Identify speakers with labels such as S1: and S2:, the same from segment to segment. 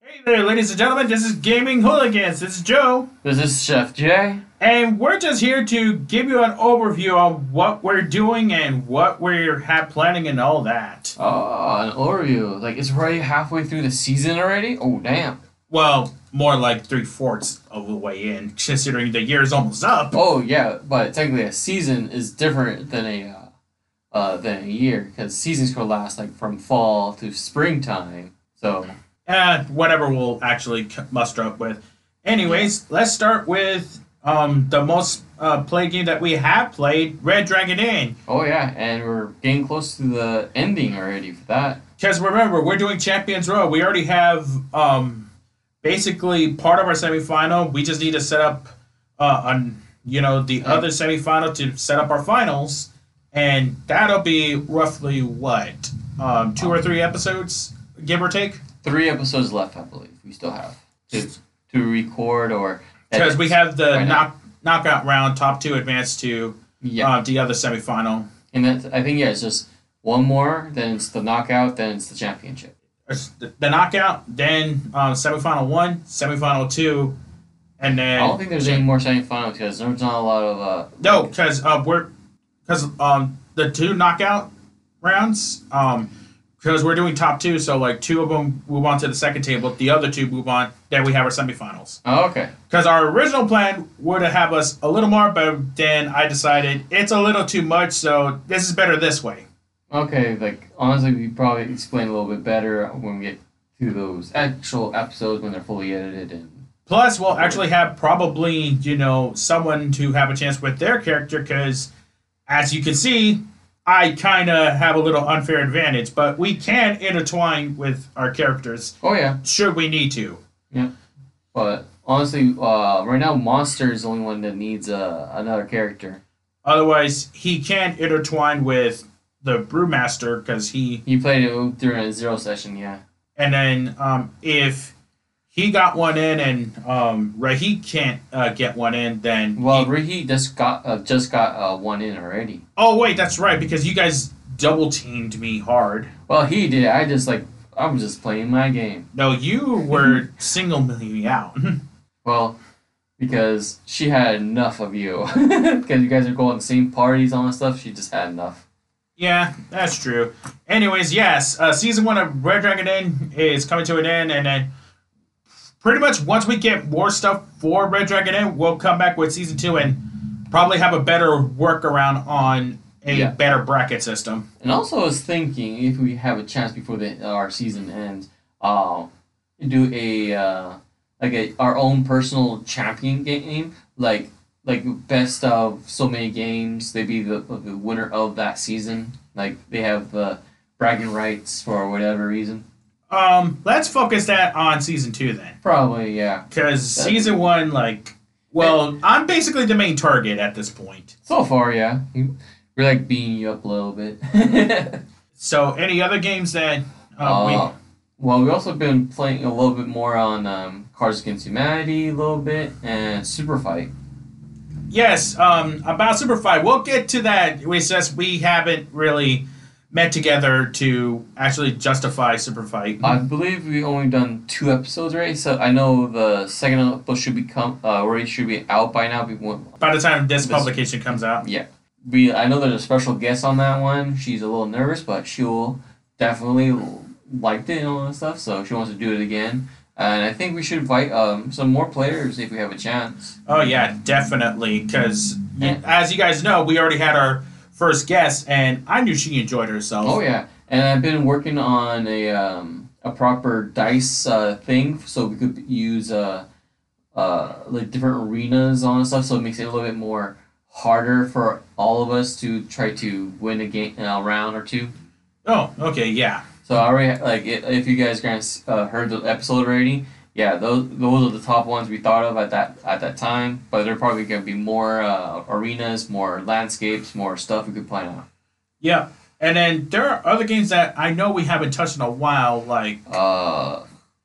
S1: Hey there, ladies and gentlemen. This is Gaming Hooligans. This is Joe,
S2: This is Chef Jay.
S1: and we're just here to give you an overview of what we're doing and what we're ha- planning and all that.
S2: Uh, an overview. Like, it's already halfway through the season already? Oh, damn.
S1: Well, more like three fourths of the way in, considering the year is almost up.
S2: Oh, yeah, but technically a season is different than a, uh, uh than a year, because seasons could last, like, from fall to springtime. So,
S1: Uh, whatever we'll actually c- muster up with. Anyways, let's start with um, the most uh, played game that we have played, Red Dragon Inn.
S2: oh, yeah, and we're getting close to the ending already for that.
S1: Because remember, we're doing Champions Row. We already have um, basically part of our semifinal. We just need to set up uh, on you know the other semifinal to set up our finals, and that'll be roughly what um, two or three episodes, give or take.
S2: Three episodes left, I believe. We still have to, to record or.
S1: Because we
S2: edit.
S1: have the
S2: Right now.
S1: knock knockout round, top two advance to
S2: Yeah.
S1: uh, the other semifinal.
S2: And that's, I think, yeah, it's just one more, then it's the knockout, then it's the championship.
S1: It's The the knockout, then um, semifinal one, semifinal two, and then
S2: I don't think there's any more semifinals because there's not a lot of. Uh,
S1: No, because uh, we're because um the two knockout rounds um because we're doing top two, so like two of them move on to the second table, the other two move on. Then we have our semifinals.
S2: Oh, okay.
S1: Because our original plan were to have us a little more, but then I decided it's a little too much, so this is better this way.
S2: Okay, like, honestly, we probably explain a little bit better when we get to those actual episodes when they're fully edited and.
S1: Plus, we'll actually have probably you know someone to have a chance with their character, because as you can see, I kind of have a little unfair advantage, but we can intertwine with our characters.
S2: Oh, yeah.
S1: should we need to.
S2: But honestly, uh, right now, Monster is the only one that needs uh, another character.
S1: Otherwise, he can intertwine with the brewmaster because he.
S2: He played it during a zero session, yeah.
S1: And then um, if he got one in and um, Raheem can't uh, get one in, then
S2: Well,
S1: he-
S2: Rihi just got uh, just got uh, one in already.
S1: oh wait, that's right because you guys double teamed me hard.
S2: Well, he did. I just like I'm just playing my game.
S1: No, you were single me out.
S2: Well, because she had enough of you. Because you guys are going to the same parties on and stuff. She just had enough.
S1: Yeah, that's true. Anyways, yes, uh, season one of Red Dragon Inn is coming to an end, and then pretty much once we get more stuff for Red Dragon Inn, we'll come back with season two and probably have a better workaround on a
S2: Yeah.
S1: better bracket system.
S2: And also, I was thinking if we have a chance before the our season ends, uh, do a uh, like a our own personal champion game, like like best of so many games. They be the, the winner of that season. Like they have the bragging rights for whatever reason.
S1: Um, let's focus that on season two then,
S2: Probably, yeah.
S1: because season one, like, well, I'm basically the main target at this point.
S2: So far, yeah. We're like beating you up a little bit.
S1: So, any other games that uh, we
S2: Uh, well, we've also been playing a little bit more on um, Cards Against Humanity a little bit and Super Fight.
S1: Yes, um, about Super Fight, we'll get to that. It's just we haven't really met together to actually justify Super Fight.
S2: I believe we've only done two episodes already, so I know the second episode should be come uh, already should be out by now. We won't-
S1: By the time this
S2: This-
S1: publication comes out,
S2: we I know there's a special guest on that one. She's a little nervous, but she'll definitely liked it and all that stuff, so she wants to do it again. And I think we should invite um, some more players if we have a chance.
S1: oh yeah, definitely. Because
S2: Yeah.
S1: as you guys know, we already had our first guest, and I knew she enjoyed herself.
S2: Oh yeah, and I've been working on a um, a proper dice uh, thing, so we could use uh, uh, like different arenas on and stuff, so it makes it a little bit more harder for all of us to try to win a game a round or two.
S1: Oh, okay, yeah.
S2: So I already like i- if you guys guys uh, heard the episode already, yeah, those those are the top ones we thought of at that at that time. But there are probably gonna be more uh, arenas, more landscapes, more stuff we could plan out.
S1: Yeah. And then there are other games that I know we haven't touched in a while, like
S2: uh,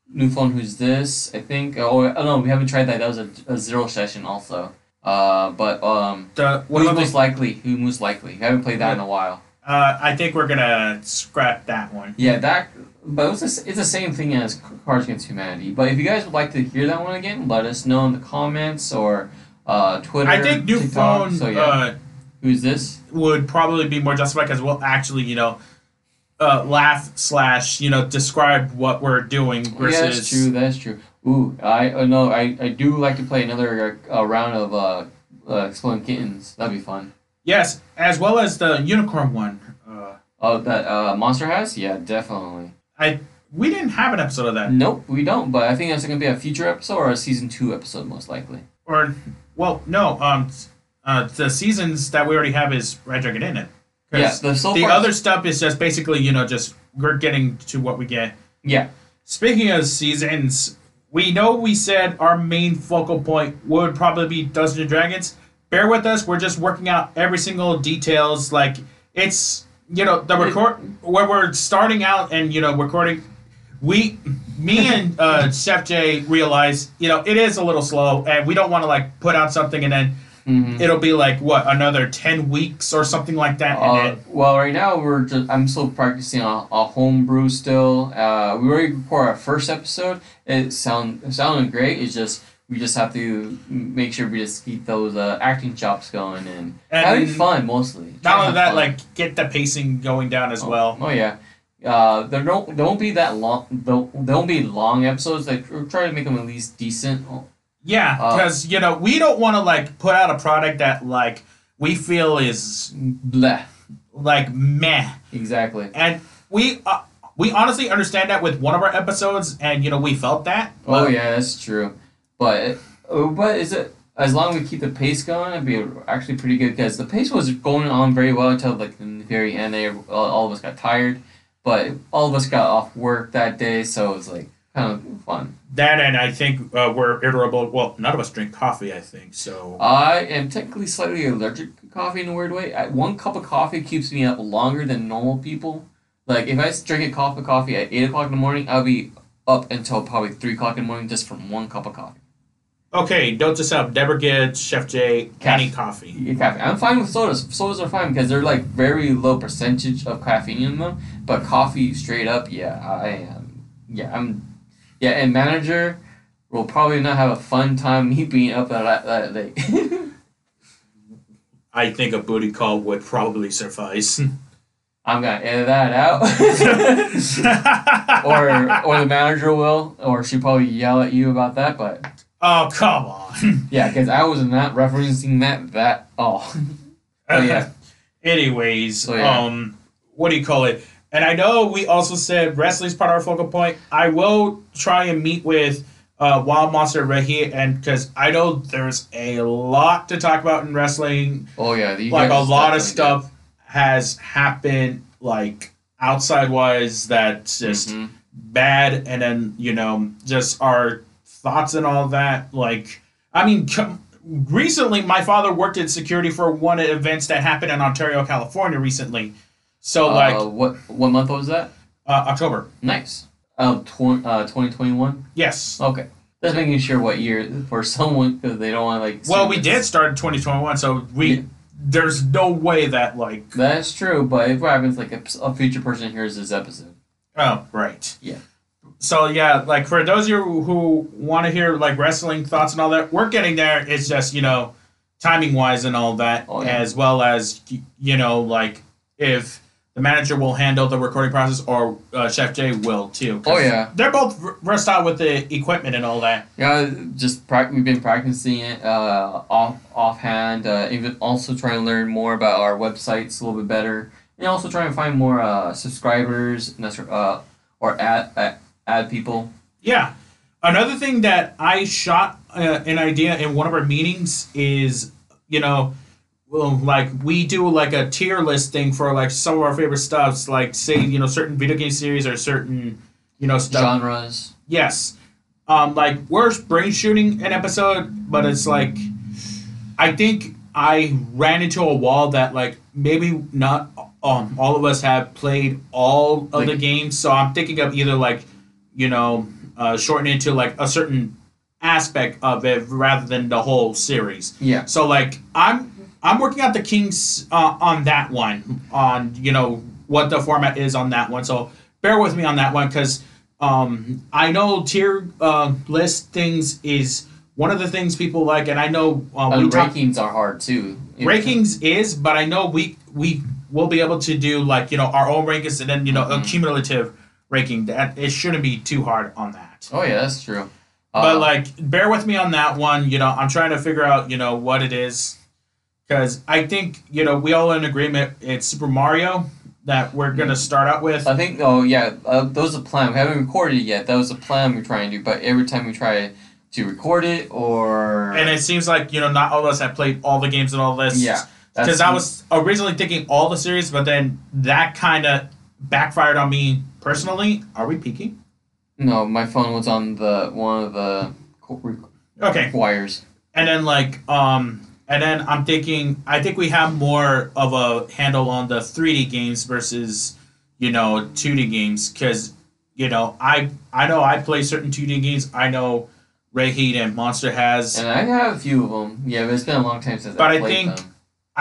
S2: new phone. Who's this? I think. Oh, oh no, we haven't tried that. That was a, a zero session also. Uh, but um,
S1: the
S2: who's
S1: about the-
S2: most likely? Who most likely? We haven't played that in a while.
S1: Uh, I think we're gonna scrap that one.
S2: Yeah, that. But it's the, it's the same thing as Cards Against Humanity. But if you guys would like to hear that one again, let us know in the comments or uh, Twitter.
S1: I think new
S2: TikTok.
S1: phone
S2: So yeah,
S1: uh,
S2: who's this?
S1: would probably be more justified because we'll actually, you know, uh, laugh slash you know describe what we're doing versus.
S2: yeah, that's true. That's true. Ooh, I uh, no, I, I do like to play another uh, round of uh, uh, Exploding Kittens. That'd be fun.
S1: Yes, as well as the unicorn one. Uh,
S2: Oh, that uh, Monster House? Yeah, definitely.
S1: we didn't have an episode of that,
S2: Nope, we don't. But I think that's going to be a future episode or a season two episode, most likely.
S1: or well, no. Um, uh, the seasons that we already have is Red Dragon in it. 'Cause
S2: Yeah, the so
S1: the
S2: far-
S1: other stuff is just basically you know just we're getting to what we get.
S2: Yeah,
S1: Speaking of seasons, we know we said our main focal point would probably be Dungeons and Dragons. Bear with us; we're just working out every single details. Like it's you know the record where we're starting out and you know recording. We, me and uh, Chef J realize you know it is a little slow, and we don't want to like put out something and then
S2: Mhm.
S1: it'll be like what another ten weeks or something like that.
S2: Uh,
S1: and then,
S2: well, right now we're just I'm still practicing a, a homebrew still. Uh, we already recorded our first episode. It sound it sounded great. It's just we just have to m- make sure we just keep those uh, acting chops going and,
S1: And
S2: having fun mostly.
S1: not
S2: Trying to
S1: only
S2: have
S1: that,
S2: fun.
S1: like get the pacing going down as
S2: Oh,
S1: well.
S2: Oh yeah. Uh, there don't there won't be that long. There there won't be long episodes. Like we're trying to make them at least decent.
S1: Yeah,
S2: Uh,
S1: because you know we don't want to like put out a product that like we feel is
S2: Bleh.
S1: like meh,
S2: Exactly.
S1: and we uh, we honestly understand that with one of our episodes, and you know we felt that.
S2: Oh
S1: but
S2: yeah, that's true. But oh, but is it as long as we keep the pace going, it'd be actually pretty good because the pace was going on very well until like the very end. They all, all of us got tired, but all of us got off work that day, so it was like kind of fun.
S1: That and I think uh, we're irritable. Well, none of us drink coffee, I think. So
S2: I am technically slightly allergic to coffee in a weird way. I, one cup of coffee keeps me up longer than normal people. Like if I s- drink a cup of coffee at eight o'clock in the morning, I'll be up until probably three o'clock in the morning just from one cup of coffee.
S1: okay, note this up: Deborah Gibbs, Chef J, any
S2: Caff-
S1: coffee.
S2: Yeah, caffeine. I'm fine with sodas. Sodas are fine because they're like very low percentage of caffeine in them. But coffee, straight up, yeah, I am. Yeah, I'm. Yeah, and manager will probably not have a fun time me being up that, that late.
S1: I think a booty call would probably suffice.
S2: I'm gonna edit that out. or or the manager will, or she probably yell at you about that. But
S1: oh come on.
S2: yeah, because I was not referencing that that all. Oh, yeah.
S1: Anyways,
S2: Oh, yeah.
S1: um, what do you call it? And I know we also said wrestling's part of our focal point. I will try and meet with uh, Wild Monster Rehi, and because I know there's a lot to talk about in wrestling.
S2: Oh yeah, you
S1: like a
S2: guys
S1: lot of
S2: definitely
S1: stuff has happened, like outside wise, that's
S2: did.
S1: just
S2: Mhm.
S1: bad, and then you know just our thoughts and all that. Like, I mean. Com- Recently, my father worked in security for one of the events that happened in Ontario, California. Recently, so like
S2: uh, what what month was that?
S1: uh, October.
S2: Nice. Um, tw- uh, 2021?
S1: Yes.
S2: Okay. Just making sure what year for someone because they don't want to like. see
S1: Well, we
S2: this.
S1: did start in 2021, so we
S2: Yeah.
S1: there's no way that like
S2: That's true, but if what happens, like a, a future person hears this episode.
S1: oh right
S2: Yeah.
S1: So yeah, like for those of you who want to hear like wrestling thoughts and all that, we're getting there. It's just you know timing wise and all that,
S2: Oh, yeah.
S1: as well as y- you know like if. The manager will handle the recording process, or uh, Chef J will too. 'cause
S2: Oh, yeah.
S1: they're both r- versatile with the equipment and all that.
S2: Yeah, just prac we've been practicing it uh, off offhand. Uh, even also trying to learn more about our websites a little bit better, and also trying to find more uh, subscribers, and that's, uh, or ad, ad ad people.
S1: Yeah. Another thing that I shot uh, an idea in one of our meetings is, you know, well, like we do like a tier list thing for like some of our favorite stuffs, like say you know certain video game series or certain you know stuff.
S2: genres.
S1: Yes. Um, like we're brain shooting an episode, but it's like I think I ran into a wall that like maybe not um all of us have played all of the
S2: Like-
S1: games, so I'm thinking of either like you know uh, shortening it to like a certain aspect of it rather than the whole series.
S2: Yeah.
S1: So like I'm I'm working out the kinks uh, on that one, on you know what the format is on that one. So bear with me on that one because um, I know tier uh, list things is one of the things people like, and I know um,
S2: Uh,
S1: we talk
S2: rankings are hard too. If-
S1: rankings is, but I know we we will be able to do like you know our own rankings and then you know a cumulative ranking. That it shouldn't be too hard on that.
S2: Oh yeah, that's true.
S1: But
S2: Uh,
S1: like, bear with me on that one. You know, I'm trying to figure out, you know, what it is, because I think you know we all in agreement. It's Super Mario that we're gonna
S2: Mm.
S1: start out with.
S2: I think oh yeah, uh, that was a plan. We haven't recorded it yet. That was a plan we try and do. But every time we try to record it or
S1: And it seems like you know not all of us have played all the games and all this.
S2: yeah, that's-
S1: Because I was originally thinking all the series, but then that kind of backfired on me personally. Are we peaking?
S2: no, my phone was on the one of the co- re-
S1: Okay.
S2: wires.
S1: And then like um. And then I'm thinking, I think we have more of a handle on the 3D games versus you know 2D games because you know I I know I play certain 2D games. I know Ray Heat and Monster has.
S2: And I have a few of them. Yeah, but it's been a long time since
S1: But
S2: I
S1: I
S2: played
S1: think-
S2: them.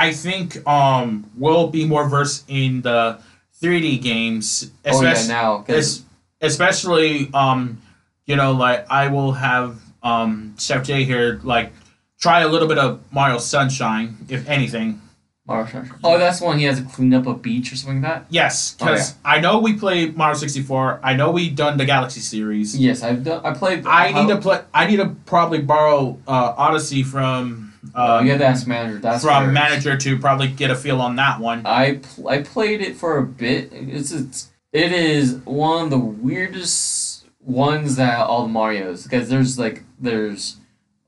S1: I think um we'll be more versed in the 3D games,
S2: Oh yeah,
S1: especially
S2: now 'cause-
S1: especially um you know like I will have um Chef J here like try a little bit of Mario Sunshine if anything.
S2: Oh, that's one he has to clean up a beach or something like that.
S1: Yes,
S2: Oh, yeah.
S1: because I know we played Mario 64. I know we done the Galaxy series.
S2: Yes, I've done. I played.
S1: I need to play. I need to probably borrow uh, Odyssey from uh,
S2: you have to ask manager. Oh, That's
S1: from
S2: first.
S1: manager to probably get a feel on that one.
S2: I pl- I played it for a bit. It's, it's it is one of the weirdest ones that all the Mario's because there's like there's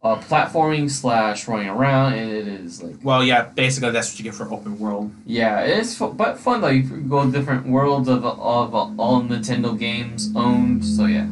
S2: uh, platforming slash running around and it is like
S1: Well, yeah, basically that's what you get for open world.
S2: yeah it's fu- but fun though you could go different worlds of of all Nintendo games owned so yeah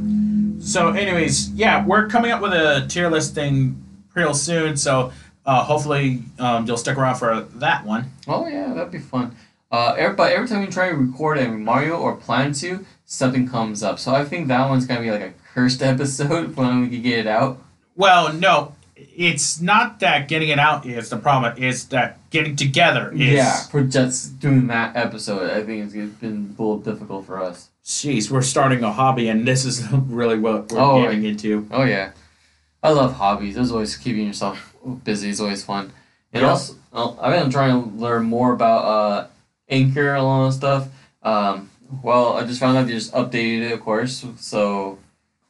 S1: So, anyways, yeah, we're coming up with a tier list thing real soon. So, uh, hopefully, um, you'll stick around for that one.
S2: oh yeah that'd be fun. Uh, every, but every time you try to record a Mario or plan to, something comes up. So I think that one's gonna be like a cursed episode when we can get it out.
S1: Well, no, it's not that getting it out is the problem. It's that getting together is.
S2: Yeah, for just doing that episode, I think it's been a little difficult for us.
S1: Jeez, we're starting a hobby, and this is really what we're
S2: Oh,
S1: getting into.
S2: Oh yeah, I love hobbies. It's always keeping yourself busy. It's always fun. And
S1: Yeah.
S2: also, oh, I've been trying to learn more about uh, Anchor and all that stuff. Um, well, I just found out they just updated it, of course. So,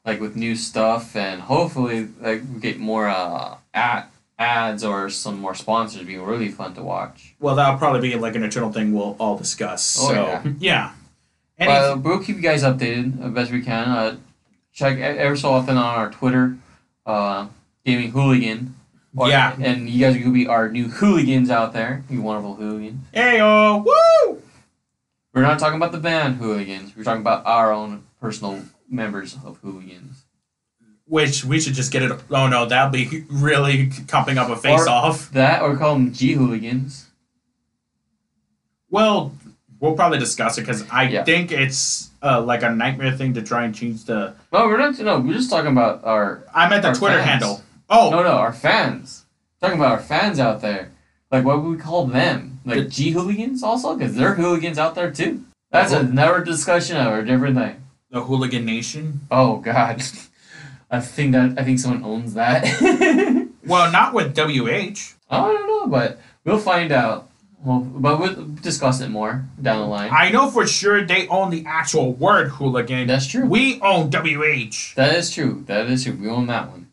S2: like with new stuff, and hopefully, like we get more uh, ad ads or some more sponsors. It'd be really fun to watch.
S1: Well, that'll probably be like an eternal thing we'll all discuss.
S2: Oh,
S1: so,
S2: yeah.
S1: yeah. Any-
S2: Well, we'll keep you guys updated as best we can. Uh, check e- every so often on our Twitter, uh, Gaming Hooligan.
S1: Yeah.
S2: And you guys will be our new hooligans out there, you wonderful hooligans.
S1: hey, oh, woo!
S2: We're not talking about the band hooligans. We're talking about our own personal members of hooligans.
S1: Which we should just get it. Oh, no, that'll be really comping up a face off.
S2: That, or call them G hooligans.
S1: Well, we'll probably discuss it because I
S2: Yeah.
S1: think it's uh, like a nightmare thing to try and change the.
S2: No, we're not. No, we're just talking about our.
S1: I meant the
S2: Our
S1: Twitter
S2: fans.
S1: handle. Oh,
S2: No, no, our fans. talking about our fans out there. Like, what would we call them? Like G hooligans also, because they're hooligans out there too. That's
S1: Oh.
S2: another discussion of a different thing.
S1: the Hooligan Nation.
S2: Oh God, I think that I think someone owns that.
S1: Well, not with WH.
S2: I don't know, but we'll find out. Well, but we'll discuss it more down the line.
S1: I know for sure they own the actual word hooligan.
S2: That's true.
S1: We own WH.
S2: that is true. That is true. We own that one.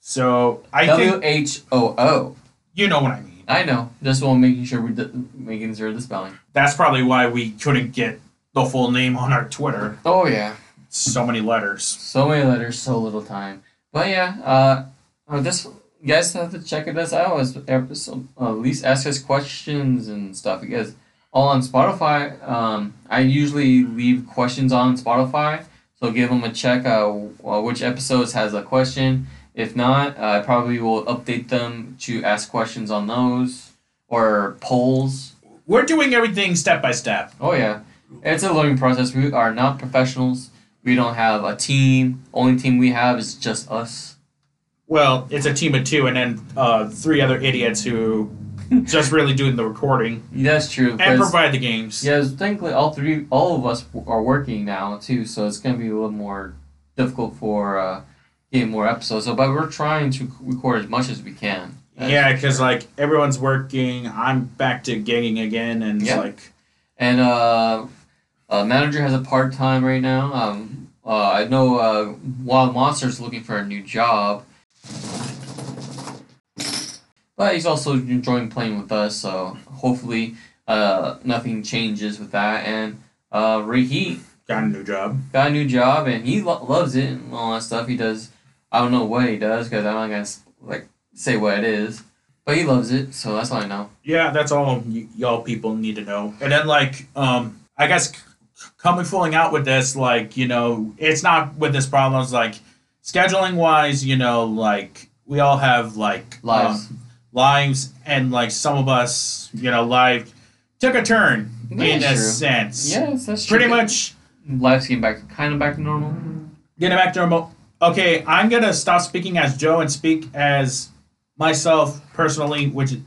S1: So I
S2: W
S1: think
S2: H O O.
S1: you know what I mean.
S2: I know. Just while making sure we d- making sure of the spelling.
S1: That's probably why we couldn't get the full name on our Twitter.
S2: Oh yeah.
S1: So many letters.
S2: So many letters, so little time. But yeah, uh, uh, this you guys have to check it out as episode. Uh, at least ask us questions and stuff because all on Spotify. Um, I usually leave questions on Spotify, so give them a check. Uh, w- uh, which episodes has a question? If not, I probably will update them to ask questions on those or polls.
S1: We're doing everything step by step.
S2: Oh yeah, it's a learning process. We are not professionals. We don't have a team. Only team we have is just us.
S1: Well, it's a team of two, and then uh, three other idiots who just really doing the recording
S2: That's true.
S1: and
S2: 'cause-
S1: provide the games.
S2: Yeah, thankfully all three, all of us w- are working now too, so it's gonna be a little more difficult for uh, getting more episodes. So, but we're trying to c- record as much as we can. That's
S1: Yeah,
S2: for
S1: because
S2: sure.
S1: like everyone's working. I'm back to gigging again, and it's
S2: Yeah.
S1: like
S2: and uh, uh, manager has a part time right now. Um, uh, I know uh, Wild Monster's looking for a new job, but he's also enjoying playing with us. So hopefully, uh, nothing changes with that. And uh, Reheat
S1: got a new job.
S2: got a new job and he lo- loves it and all that stuff. He does. I don't know what he does because I'm not gonna s- like say what it is, but he loves it, so that's all I know.
S1: Yeah, that's all y- y'all people need to know. And then like, um, I guess c- coming falling out with this, like you know, it's not with this problem. It's like scheduling wise, you know, like we all have like
S2: Lives.
S1: um, lives, and like some of us, you know, life took a turn
S2: Yeah,
S1: in a
S2: sure.
S1: sense.
S2: yes, that's
S1: Pretty much
S2: Life's getting back kind of back to normal.
S1: getting back to normal. Okay, I'm gonna stop speaking as Joe and speak as myself personally, which is-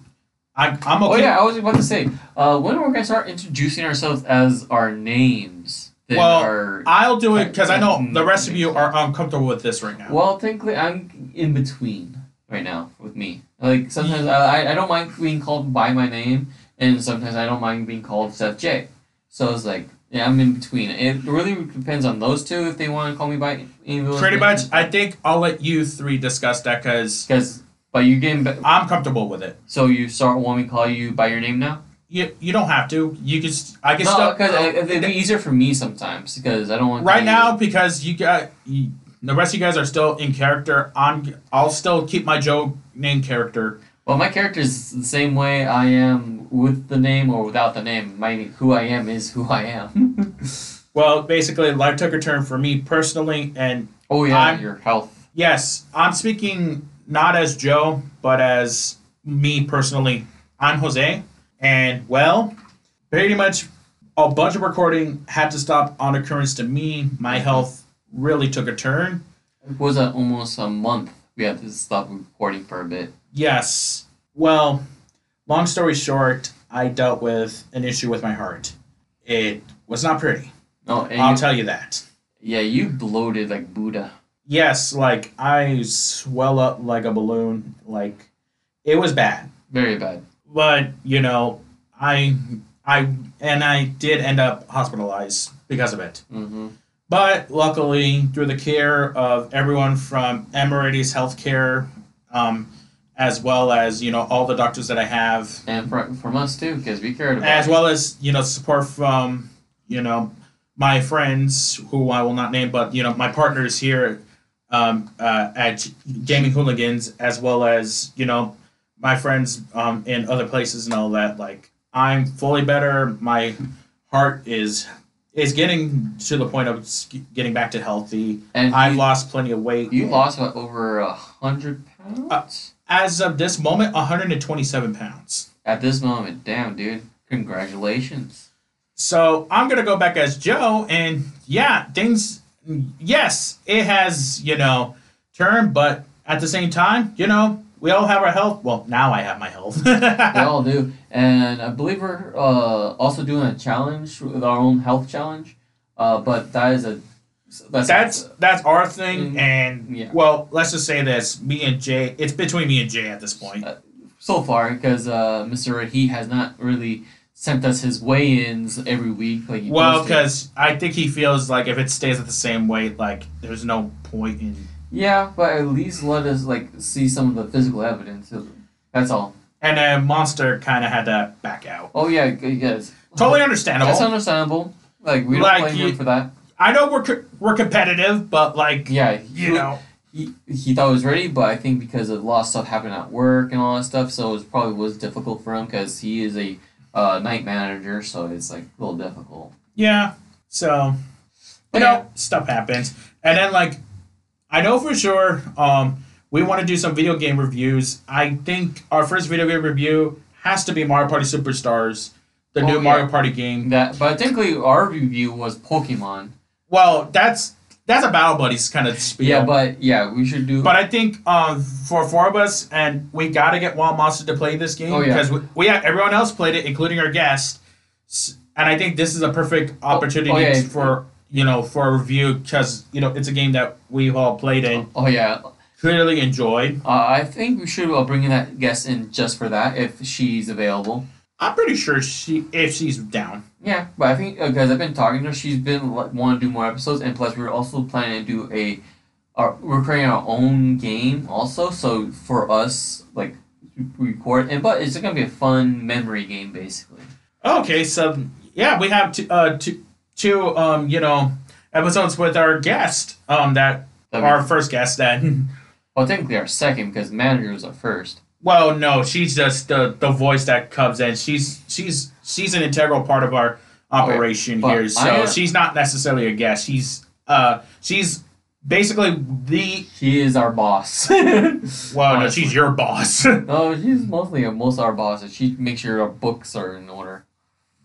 S1: I'm I'm
S2: Oh
S1: okay.
S2: yeah, I was about to say. Uh, when are we gonna start introducing ourselves as our names? than
S1: Well,
S2: our-
S1: I'll do it because I know the rest of you
S2: Makes
S1: are uncomfortable with this right now.
S2: well, technically, I'm in between right now with me. Like sometimes I I- I don't mind being called by my name, and sometimes I don't mind being called Seth J. So it's like yeah, I'm in between. It really depends on those two if they want to call me by any of those
S1: Pretty much, I think I'll let you three discuss that because
S2: because but you getting ba-
S1: I'm comfortable with it.
S2: so you start want me to call you by your name now.
S1: You you don't have to. You can. s- I can
S2: No,
S1: stop
S2: because it'd be easier for me sometimes because I don't want
S1: right now because you got you, the rest of you guys are still in character. I'm. I'll still keep my Joe name character.
S2: Well, my character is the same way I am with the name or without the name. My who I am is who I am.
S1: Well, basically, life took a turn for me personally, and
S2: oh yeah,
S1: I'm-
S2: your health.
S1: Yes, I'm speaking not as Joe, but as me personally. I'm Jose, and well, pretty much a bunch of recording had to stop on occurrence to me. My health really took a turn.
S2: It was uh, almost a month. We had to stop recording for a bit.
S1: Yes, well, long story short, I dealt with an issue with my heart. It was not pretty.
S2: No, and
S1: I'll
S2: you-
S1: tell you that.
S2: yeah, you bloated like Buddha.
S1: Yes, like I swell up like a balloon. Like it was bad.
S2: Very bad.
S1: but you know i i and i did end up hospitalized because of it
S2: Mm-hmm.
S1: but luckily through the care of everyone from emirates healthcare um, as well as you know all the doctors that i have
S2: And for, from us too, because we cared about.
S1: as
S2: you.
S1: well as you know support from you know my friends who i will not name but you know my partners here um, uh, at gaming hooligans as well as you know my friends um, in other places and all that like i'm fully better my heart is is getting to the point of s- getting back to healthy
S2: And
S1: i've
S2: you,
S1: lost plenty of weight
S2: you lost about over a hundred pounds
S1: as of this moment 127 pounds
S2: at this moment. Damn, dude! Congratulations.
S1: So I'm gonna go back as Joe, and yeah, things. Yes, it has you know turned, but at the same time, you know, we all have our health. Well, now I have my health.
S2: they all do. And I believe we're uh, also doing a challenge with our own health challenge. Uh, but that is a that's,
S1: that's that's our thing,
S2: Mm,
S1: and
S2: yeah.
S1: well, let's just say this: me and Jay. It's between me and Jay at this point.
S2: Uh, so far because uh, Mr. He has not really sent us his weigh-ins every week. Like he
S1: Well,
S2: posted.
S1: because I think he feels like if it stays at the same weight, like there's no point in.
S2: yeah, but at least let us like see some of the physical evidence. That's all.
S1: And then Monster kind of had to back out.
S2: Oh yeah, g- yes.
S1: Totally understandable.
S2: That's understandable. Like we don't
S1: Like,
S2: blame
S1: you-
S2: him for that.
S1: I know we're co- we're competitive, but like
S2: Yeah,
S1: you know.
S2: he, he thought it was ready, but I think because of a lot of stuff happened at work and all that stuff, so it was, probably was difficult for him because he is a uh, night manager, so it's like a little difficult.
S1: Yeah. So, you
S2: But yeah.
S1: know, stuff happens. And then, like, I know for sure um, we want to do some video game reviews. I think our first video game review has to be Mario Party Superstars, the
S2: Oh,
S1: new
S2: yeah.
S1: Mario Party game.
S2: That, but technically, our review was Pokemon.
S1: Well, that's that's a battle buddies kind of spiel.
S2: Yeah, but yeah, we should do.
S1: But I think um, for four of us, and we got to get Wild Monster to play this game
S2: Oh, yeah.
S1: because we, we have, everyone else played it, including our guest. S- And I think this is a perfect opportunity
S2: oh, yeah.
S1: for you know for a review because you know it's a game that we've all played and
S2: oh yeah,
S1: clearly enjoyed.
S2: uh, I think we should uh, bring in that guest in just for that if she's available.
S1: I'm pretty sure she if she's down.
S2: Yeah, but I think because I've been talking to her, she's been like, want to do more episodes, and plus we're also planning to do a, our, we're creating our own game also. So for us, like to record and but it's gonna be a fun memory game basically.
S1: Okay, so yeah, we have two, uh, two, two um, you know episodes with our guest um that
S2: That'd be-
S1: our first guest then.
S2: well, technically our second because manager was our first.
S1: Well, no, she's just the the voice that comes in. She's she's she's an integral part of our operation
S2: But
S1: here.
S2: I
S1: So
S2: am-
S1: she's not necessarily a guest. She's uh she's basically the
S2: She is our boss. no,
S1: well no,
S2: Honestly.
S1: she's your boss.
S2: she's mostly most our boss. and She makes sure our books are in order.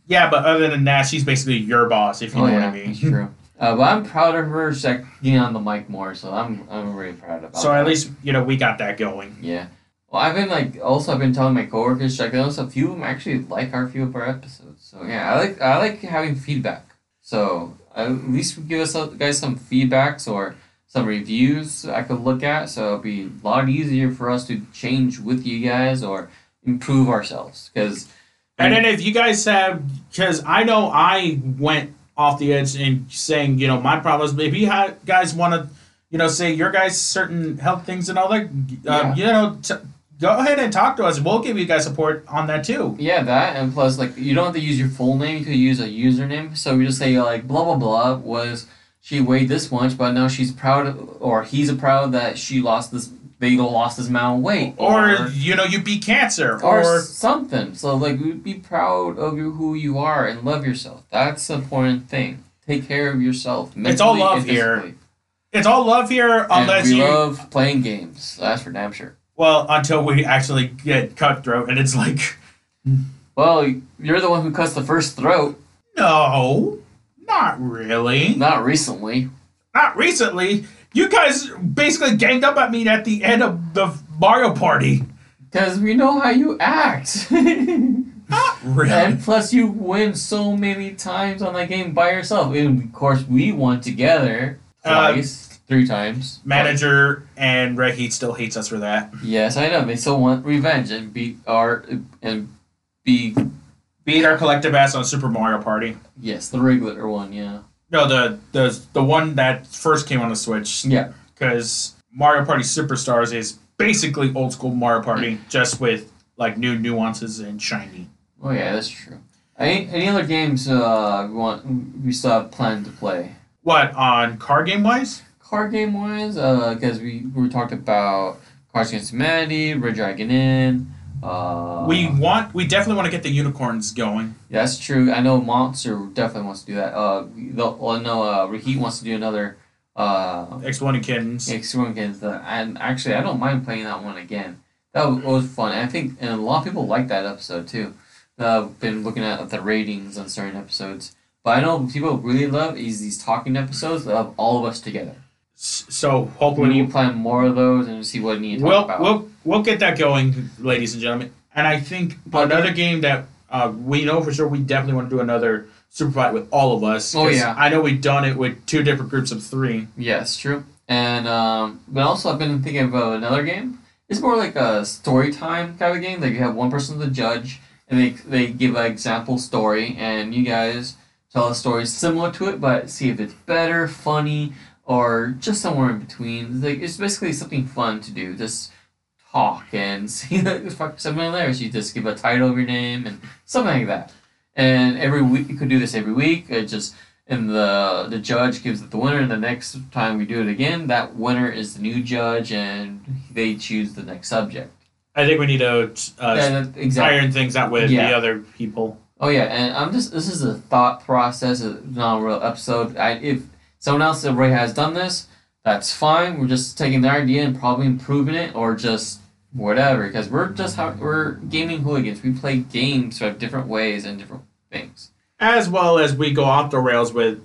S1: yeah, but other than that, she's basically your boss, if you
S2: oh
S1: know
S2: yeah,
S1: what I
S2: that's
S1: mean.
S2: true. Uh, but I'm proud of her she's, like, getting on the mic more. So I'm I'm really proud about.
S1: So
S2: that.
S1: at least you know we got that going.
S2: Yeah. Well, I've been like also I've been telling my coworkers like those a few of them actually like our few of our episodes. So yeah, I like I like having feedback. So at least give us uh, guys some feedbacks or some reviews I could look at. So it'll be a lot easier for us to change with you guys or improve ourselves because
S1: And then if you guys have, because I know I went off the edge in saying, you know, my problems. But if you ha- guys want to, you know, say your guys certain health things and all that, um,
S2: Yeah.
S1: you know, t- go ahead and talk to us. We'll give you guys support on that too.
S2: Yeah, that and plus like you don't have to use your full name, you could use a username. So we just say like blah blah blah was she weighed this much, but now she's proud of, or he's proud that she lost this they lost this amount of weight.
S1: Or, you know, you beat cancer.
S2: or,
S1: Or,
S2: something. So like we'd be proud of you- who you are and love yourself. That's the important thing. Take care of yourself. Mentally
S1: It's all love
S2: and
S1: here,
S2: physically.
S1: it's all love here
S2: And
S1: unless
S2: we
S1: you,
S2: love playing games. That's for damn sure.
S1: well, until we actually get cutthroat and it's like,
S2: Well, you're the one who cuts the first throat.
S1: no, not really.
S2: Not recently.
S1: not recently. You guys basically ganged up at me at the end of the Mario Party.
S2: Because we know how you act. and
S1: Not really.
S2: plus, you win so many times on that game by yourself. And of course, we won together
S1: Uh,
S2: twice, three times.
S1: Manager and Red Heat still hates us for that.
S2: Yes, I know. They still want revenge and beat our. And be.
S1: Beat our collective ass on Super Mario Party.
S2: Yes, the regular one, yeah.
S1: No, the the the one that first came on the Switch.
S2: Yeah.
S1: Because Mario Party Superstars is basically old school Mario Party, just with like new nuances and shiny.
S2: Oh, yeah, that's true. Any, any other games uh, we, want, we still have planned to play?
S1: What on card game wise?
S2: Card game wise, because we, we talked about Cards Against Humanity, Red Dragon Inn. Uh,
S1: we want we definitely want to get the unicorns going.
S2: Yeah, that's true. I know Monster definitely wants to do that. Uh, the, well, no, uh, Raheem wants to do another. Uh,
S1: Exploding kittens.
S2: Extreme Kids. The, and actually, I don't mind playing that one again. That was, was fun. I think, and a lot of people like that episode too. Uh, I've been looking at the ratings on certain episodes, but I know people really love is these talking episodes of all of us together.
S1: S- So
S2: We
S1: hopefully
S2: need to plan more of those and see what we need to talk
S1: we'll,
S2: about.
S1: we'll we'll get that going, ladies and gentlemen. And I think another game that uh, we know for sure we definitely want to do another super fight with all of us.
S2: Oh,
S1: 'cause
S2: yeah.
S1: I know we've done it with two different groups of three.
S2: Yes, true. And um, but also I've been thinking about another game. It's more like a story time kind of game. Like you have one person the judge, and they they give an example story, and you guys tell a story similar to it, but see if it's better, funny, or just somewhere in between. Like it's basically something fun to do. Just talk and see that fuck something there. So you just give a title of your name and something like that. And every week you could do this every week. It just and the the judge gives it the winner and the next time we do it again that winner is the new judge and they choose the next subject
S1: I think we need to uh,
S2: And, uh, exactly
S1: iron things out with
S2: Yeah.
S1: the other people.
S2: oh yeah and i'm just this is a thought process it's not a real episode I, if someone else already has done this that's fine we're just taking their idea and probably improving it or just whatever because we're just how we're gaming hooligans we play games sort of different ways and different things
S1: As well as we go off the rails with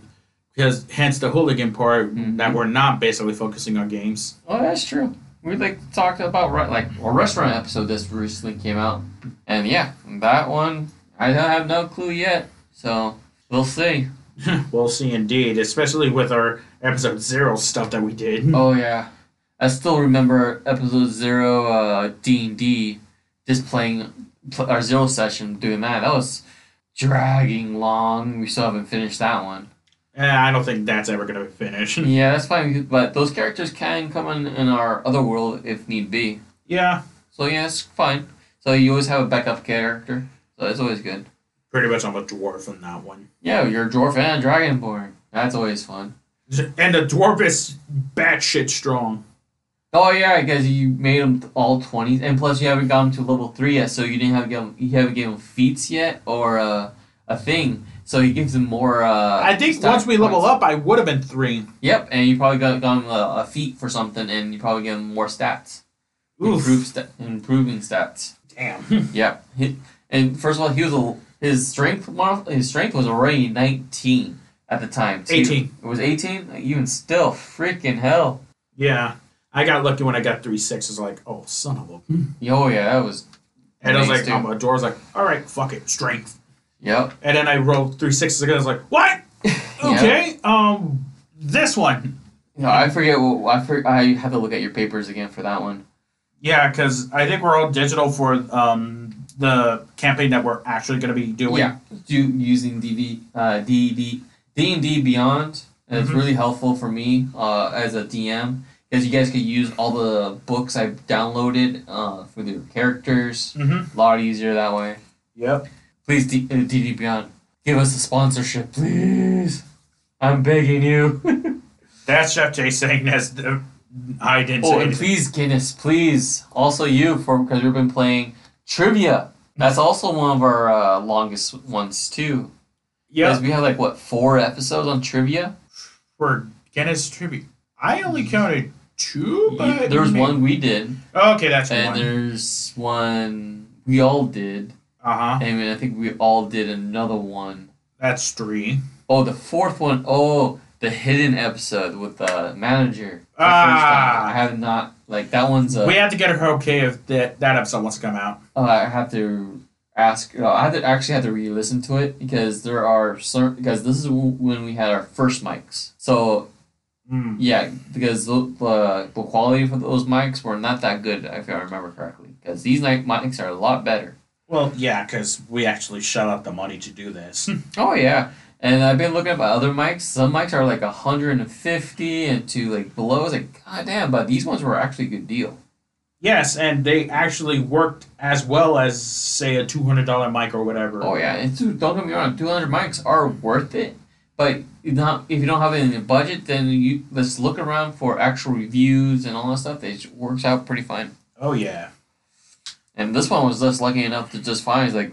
S1: because hence the hooligan part
S2: Mhm.
S1: that we're not basically focusing on games.
S2: Oh, that's true. We like talked about re- like a restaurant episode that's recently came out, and yeah, that one I don't have no clue yet. So we'll see.
S1: we'll see, indeed, especially with our episode zero stuff that we did.
S2: Oh yeah, I still remember episode zero uh, D and D, just playing pl- our zero session doing that. That was dragging long. We still haven't finished that one.
S1: Eh, I don't think that's ever gonna finish.
S2: Yeah, that's fine. But those characters can come in in our other world if need be.
S1: yeah,
S2: So yeah, it's fine. So you always have a backup character. So it's always good.
S1: pretty much I'm a dwarf in that one,
S2: Yeah, you're a dwarf and a dragonborn. That's always fun.
S1: and the dwarf is batshit strong.
S2: Oh yeah, because you made them all twenties, and plus you haven't gotten to level three yet, so you didn't have give 'em- you haven't given him feats yet or uh, a thing. So he gives them more. Uh,
S1: I think
S2: stat
S1: once we level
S2: points.
S1: up, I would have been three.
S2: Yep, and you probably got got him a, a feat for something, and you probably give him more stats. Improve
S1: Oof,
S2: sta- improving stats.
S1: damn.
S2: Yep. He, and first of all, he was a his strength mod, his strength was already nineteen at the time. too.
S1: 18.
S2: It was eighteen. Even still, freaking hell.
S1: yeah, I got lucky when I got three sixes. Like, oh son of a.
S2: Oh yeah, that was.
S1: And I was like,
S2: amazing.
S1: I'm a dwarf. I was like, all right, fuck it, strength.
S2: yep.
S1: And then I rolled three sixes again. I was like, what? Okay, um, this one.
S2: No, I forget. What, I for, I have to look at your papers again for that one.
S1: Yeah, because I think we're all digital for um the campaign that we're actually going to be doing.
S2: yeah, do using DV, uh, DD, D and D Beyond. And It's
S1: Mhm.
S2: really helpful for me uh, as a DM because you guys could use all the books I've downloaded uh, for the characters.
S1: Mm-hmm.
S2: A lot easier that way.
S1: Yep.
S2: Please, D- uh, DD Beyond, give us a sponsorship, please. I'm begging you.
S1: That's Chef Jay saying this. The- I didn't
S2: Oh,
S1: say
S2: and
S1: anything.
S2: please, Guinness, please. Also, you for because we've been playing trivia. That's
S1: Mm-hmm.
S2: also one of our uh, longest ones too. Because
S1: Yep.
S2: we have like what four episodes on trivia.
S1: For Guinness tribute, I only counted two. But
S2: there was Mm. one we did,
S1: Okay, that's
S2: and
S1: one.
S2: there's one we all did,
S1: Uh huh.
S2: and I think we all did another one.
S1: That's three.
S2: Oh, the fourth one, oh, the hidden episode with the manager. The first
S1: Ah.
S2: time. I have not like that one's. A,
S1: we have to get her okay if that that episode wants to come out.
S2: Uh, I have to ask. Uh, I have to actually have to re-listen to it because there are certain because this is w- when we had our first mics. So
S1: Mm.
S2: yeah, because the the, the quality for those mics were not that good if I remember correctly. Because these mic- mics are a lot better.
S1: Well, yeah, because we actually shell out the money to do this.
S2: Oh yeah. And I've been looking at my other mics. Some mics are like 150 and to like below. It's like, god damn, but these ones were actually a good deal.
S1: Yes, and they actually worked as well as say a two hundred dollar mic or whatever.
S2: Oh yeah, and dude, don't get me wrong, two hundred mics are worth it, but you not if you don't have it in your budget, then you let's look around for actual reviews and all that stuff. It works out pretty fine.
S1: Oh, yeah.
S2: And this one was just lucky enough to just find like,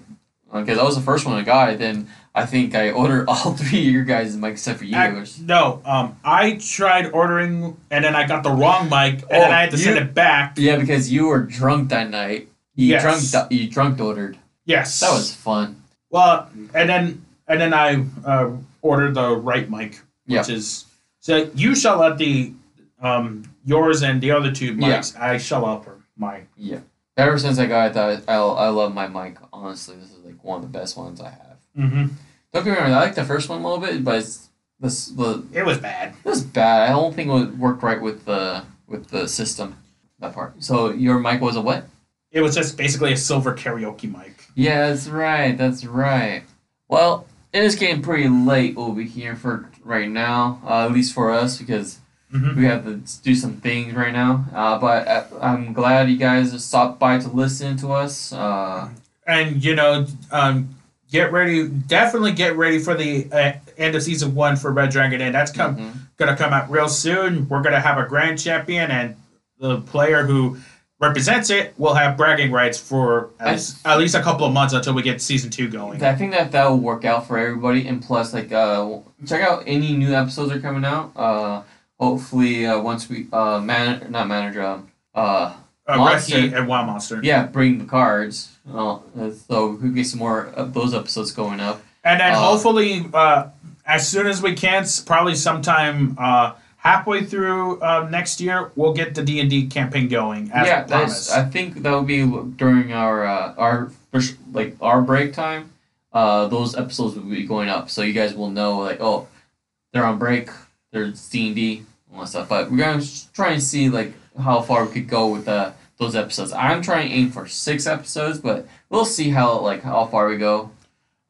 S2: because I was the first one I got. Then I think I ordered all three of your guys' mics except for
S1: Ac-
S2: yours.
S1: no, um, I tried ordering and then I got the wrong mic and
S2: Oh,
S1: then I had to send
S2: you-
S1: it back.
S2: yeah, because you were drunk that night. You
S1: Yes.
S2: drunk. You drunk ordered.
S1: Yes,
S2: That was fun.
S1: well, and then and then I uh, ordered the right mic, which is so you shell out the um yours and the other two
S2: Yeah.
S1: mics. I shell out for mine.
S2: Ever since I got it, I I, I love my mic. Honestly, this is like one of the best ones I have.
S1: Mm-hmm.
S2: Don't get me wrong, I like the first one a little bit, but it's, this the
S1: It was bad.
S2: this is bad. I don't think it worked right with the with the system that part. So your mic was a what?
S1: It was just basically a silver karaoke mic.
S2: Yeah, that's right. That's right. Well, it is getting pretty late over here for right now, uh, at least for us, because
S1: Mhm.
S2: we have to do some things right now. Uh, but I, I'm glad you guys stopped by to listen to us. Uh,
S1: and you know, um, get ready. Definitely get ready for the uh, end of season one for Red Dragon Inn. That's come
S2: mhm.
S1: gonna come out real soon. We're gonna have a grand champion, and the player who represents it will have bragging rights for at,
S2: I-
S1: least, at least a couple of months until we get season two going.
S2: I think that that will work out for everybody, and plus, like, uh, check out any new episodes that are coming out. Uh, hopefully, uh, once we uh, man, not manager, um, uh,
S1: uh,
S2: Monster.
S1: Rusty and Wild Monster.
S2: yeah, bring the cards. Uh, so who gets some more of those episodes going up?
S1: And then
S2: Uh,
S1: hopefully, uh, as soon as we can, s- probably sometime uh, halfway through uh, next year, we'll get the D and D campaign going. As
S2: yeah,
S1: promised.
S2: that's. I think that will be during our uh, our first, like our break time. Uh, those episodes will be going up, so you guys will know like oh, they're on break. There's D and D all that stuff. But we're gonna s- try and see like how far we could go with uh, those episodes. I'm trying to aim for six episodes, but we'll see how like how far we go.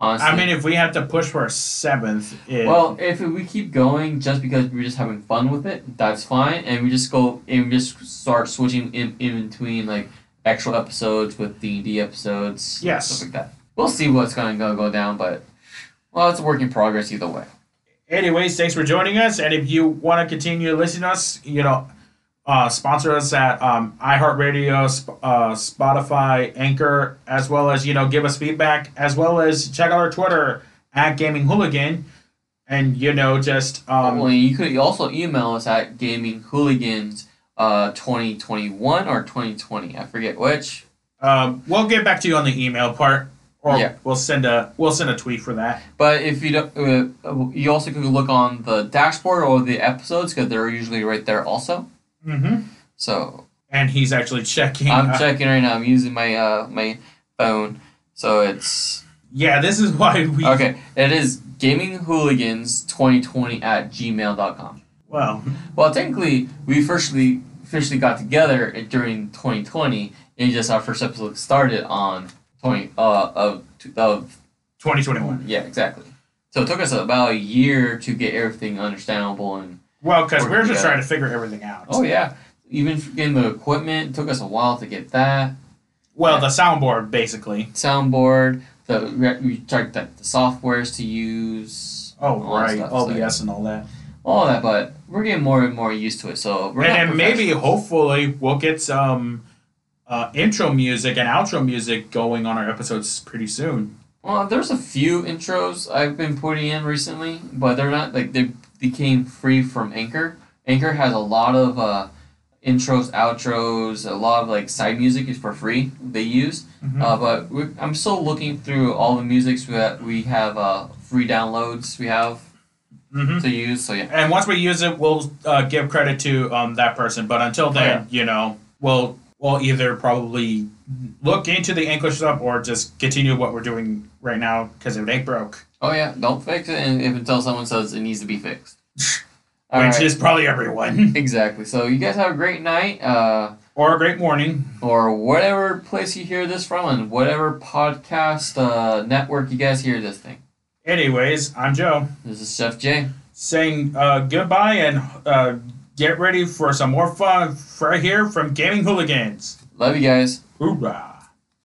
S2: Honestly,
S1: I mean, if we have to push for a seventh, it,
S2: Well, if we keep going just because we're just having fun with it, that's fine, and we just go and we just start switching in, in between like actual episodes with D and D episodes,
S1: Yes.
S2: stuff like that. We'll see what's gonna go, go down, but well, it's a work in progress either way.
S1: anyways, thanks for joining us. And if you want to continue listening to us, you know, uh, sponsor us at um, iHeartRadio, Sp- uh, Spotify, Anchor, as well as, you know, give us feedback, as well as check out our Twitter at Gaming Hooligan. And, you know, just. Um,
S2: well, you could also email us at gaming hooligans uh 2021 or 2020 i forget which
S1: Um, we'll get back to you on the email part, or
S2: Yeah.
S1: we'll send a we'll send a tweet for that.
S2: but if you don't uh, you also could look on the dashboard or the episodes because they're usually right there also
S1: Mm-hmm.
S2: so
S1: And he's actually checking.
S2: I'm
S1: uh,
S2: checking right now. I'm using my uh my phone, so it's
S1: yeah, this is why we.
S2: okay. It is gaming hooligans 2020 at gmail.com.
S1: Well,
S2: Well, technically, we officially officially got together during 2020, and just our first episode started on 20 uh of of
S1: 2021.
S2: yeah exactly. So it took us about a year to get everything understandable and
S1: Well, because we're just
S2: Yeah.
S1: trying to figure everything out.
S2: oh yeah, even getting the equipment it took us a while to get that.
S1: Well, the soundboard basically.
S2: soundboard. The we- we checked that the softwares to use.
S1: Oh
S2: all that
S1: right,
S2: stuff, so,
S1: OBS and all that.
S2: all that. But we're getting more and more used to it. So we're not
S1: and then maybe
S2: professional.
S1: hopefully we'll get some uh, intro music and outro music going on our episodes pretty soon.
S2: Well, there's a few intros I've been putting in recently, but they're not like they became free from Anchor. Anchor has a lot of uh, intros, outros, a lot of like side music is for free. They use.
S1: Mhm.
S2: Uh, but we I'm still looking through all the musics that we have uh, free downloads we have
S1: Mhm.
S2: to use. So yeah.
S1: And once we use it, we'll uh, give credit to um, that person. But until then, you know, we'll we'll either probably look into the English stuff or just continue what we're doing right now because it ain't broke,
S2: Oh yeah, don't fix it and if until someone says it needs to be fixed. All
S1: which
S2: right.
S1: is probably everyone.
S2: exactly. So you guys have a great night, uh,
S1: or a great morning.
S2: or whatever place you hear this from, and whatever podcast uh, network you guys hear this thing.
S1: Anyways, I'm Joe
S2: This is Chef J.
S1: saying uh, goodbye and uh, get ready for some more fun for here from Gaming Hooligans.
S2: Love you guys.
S1: Hoorah!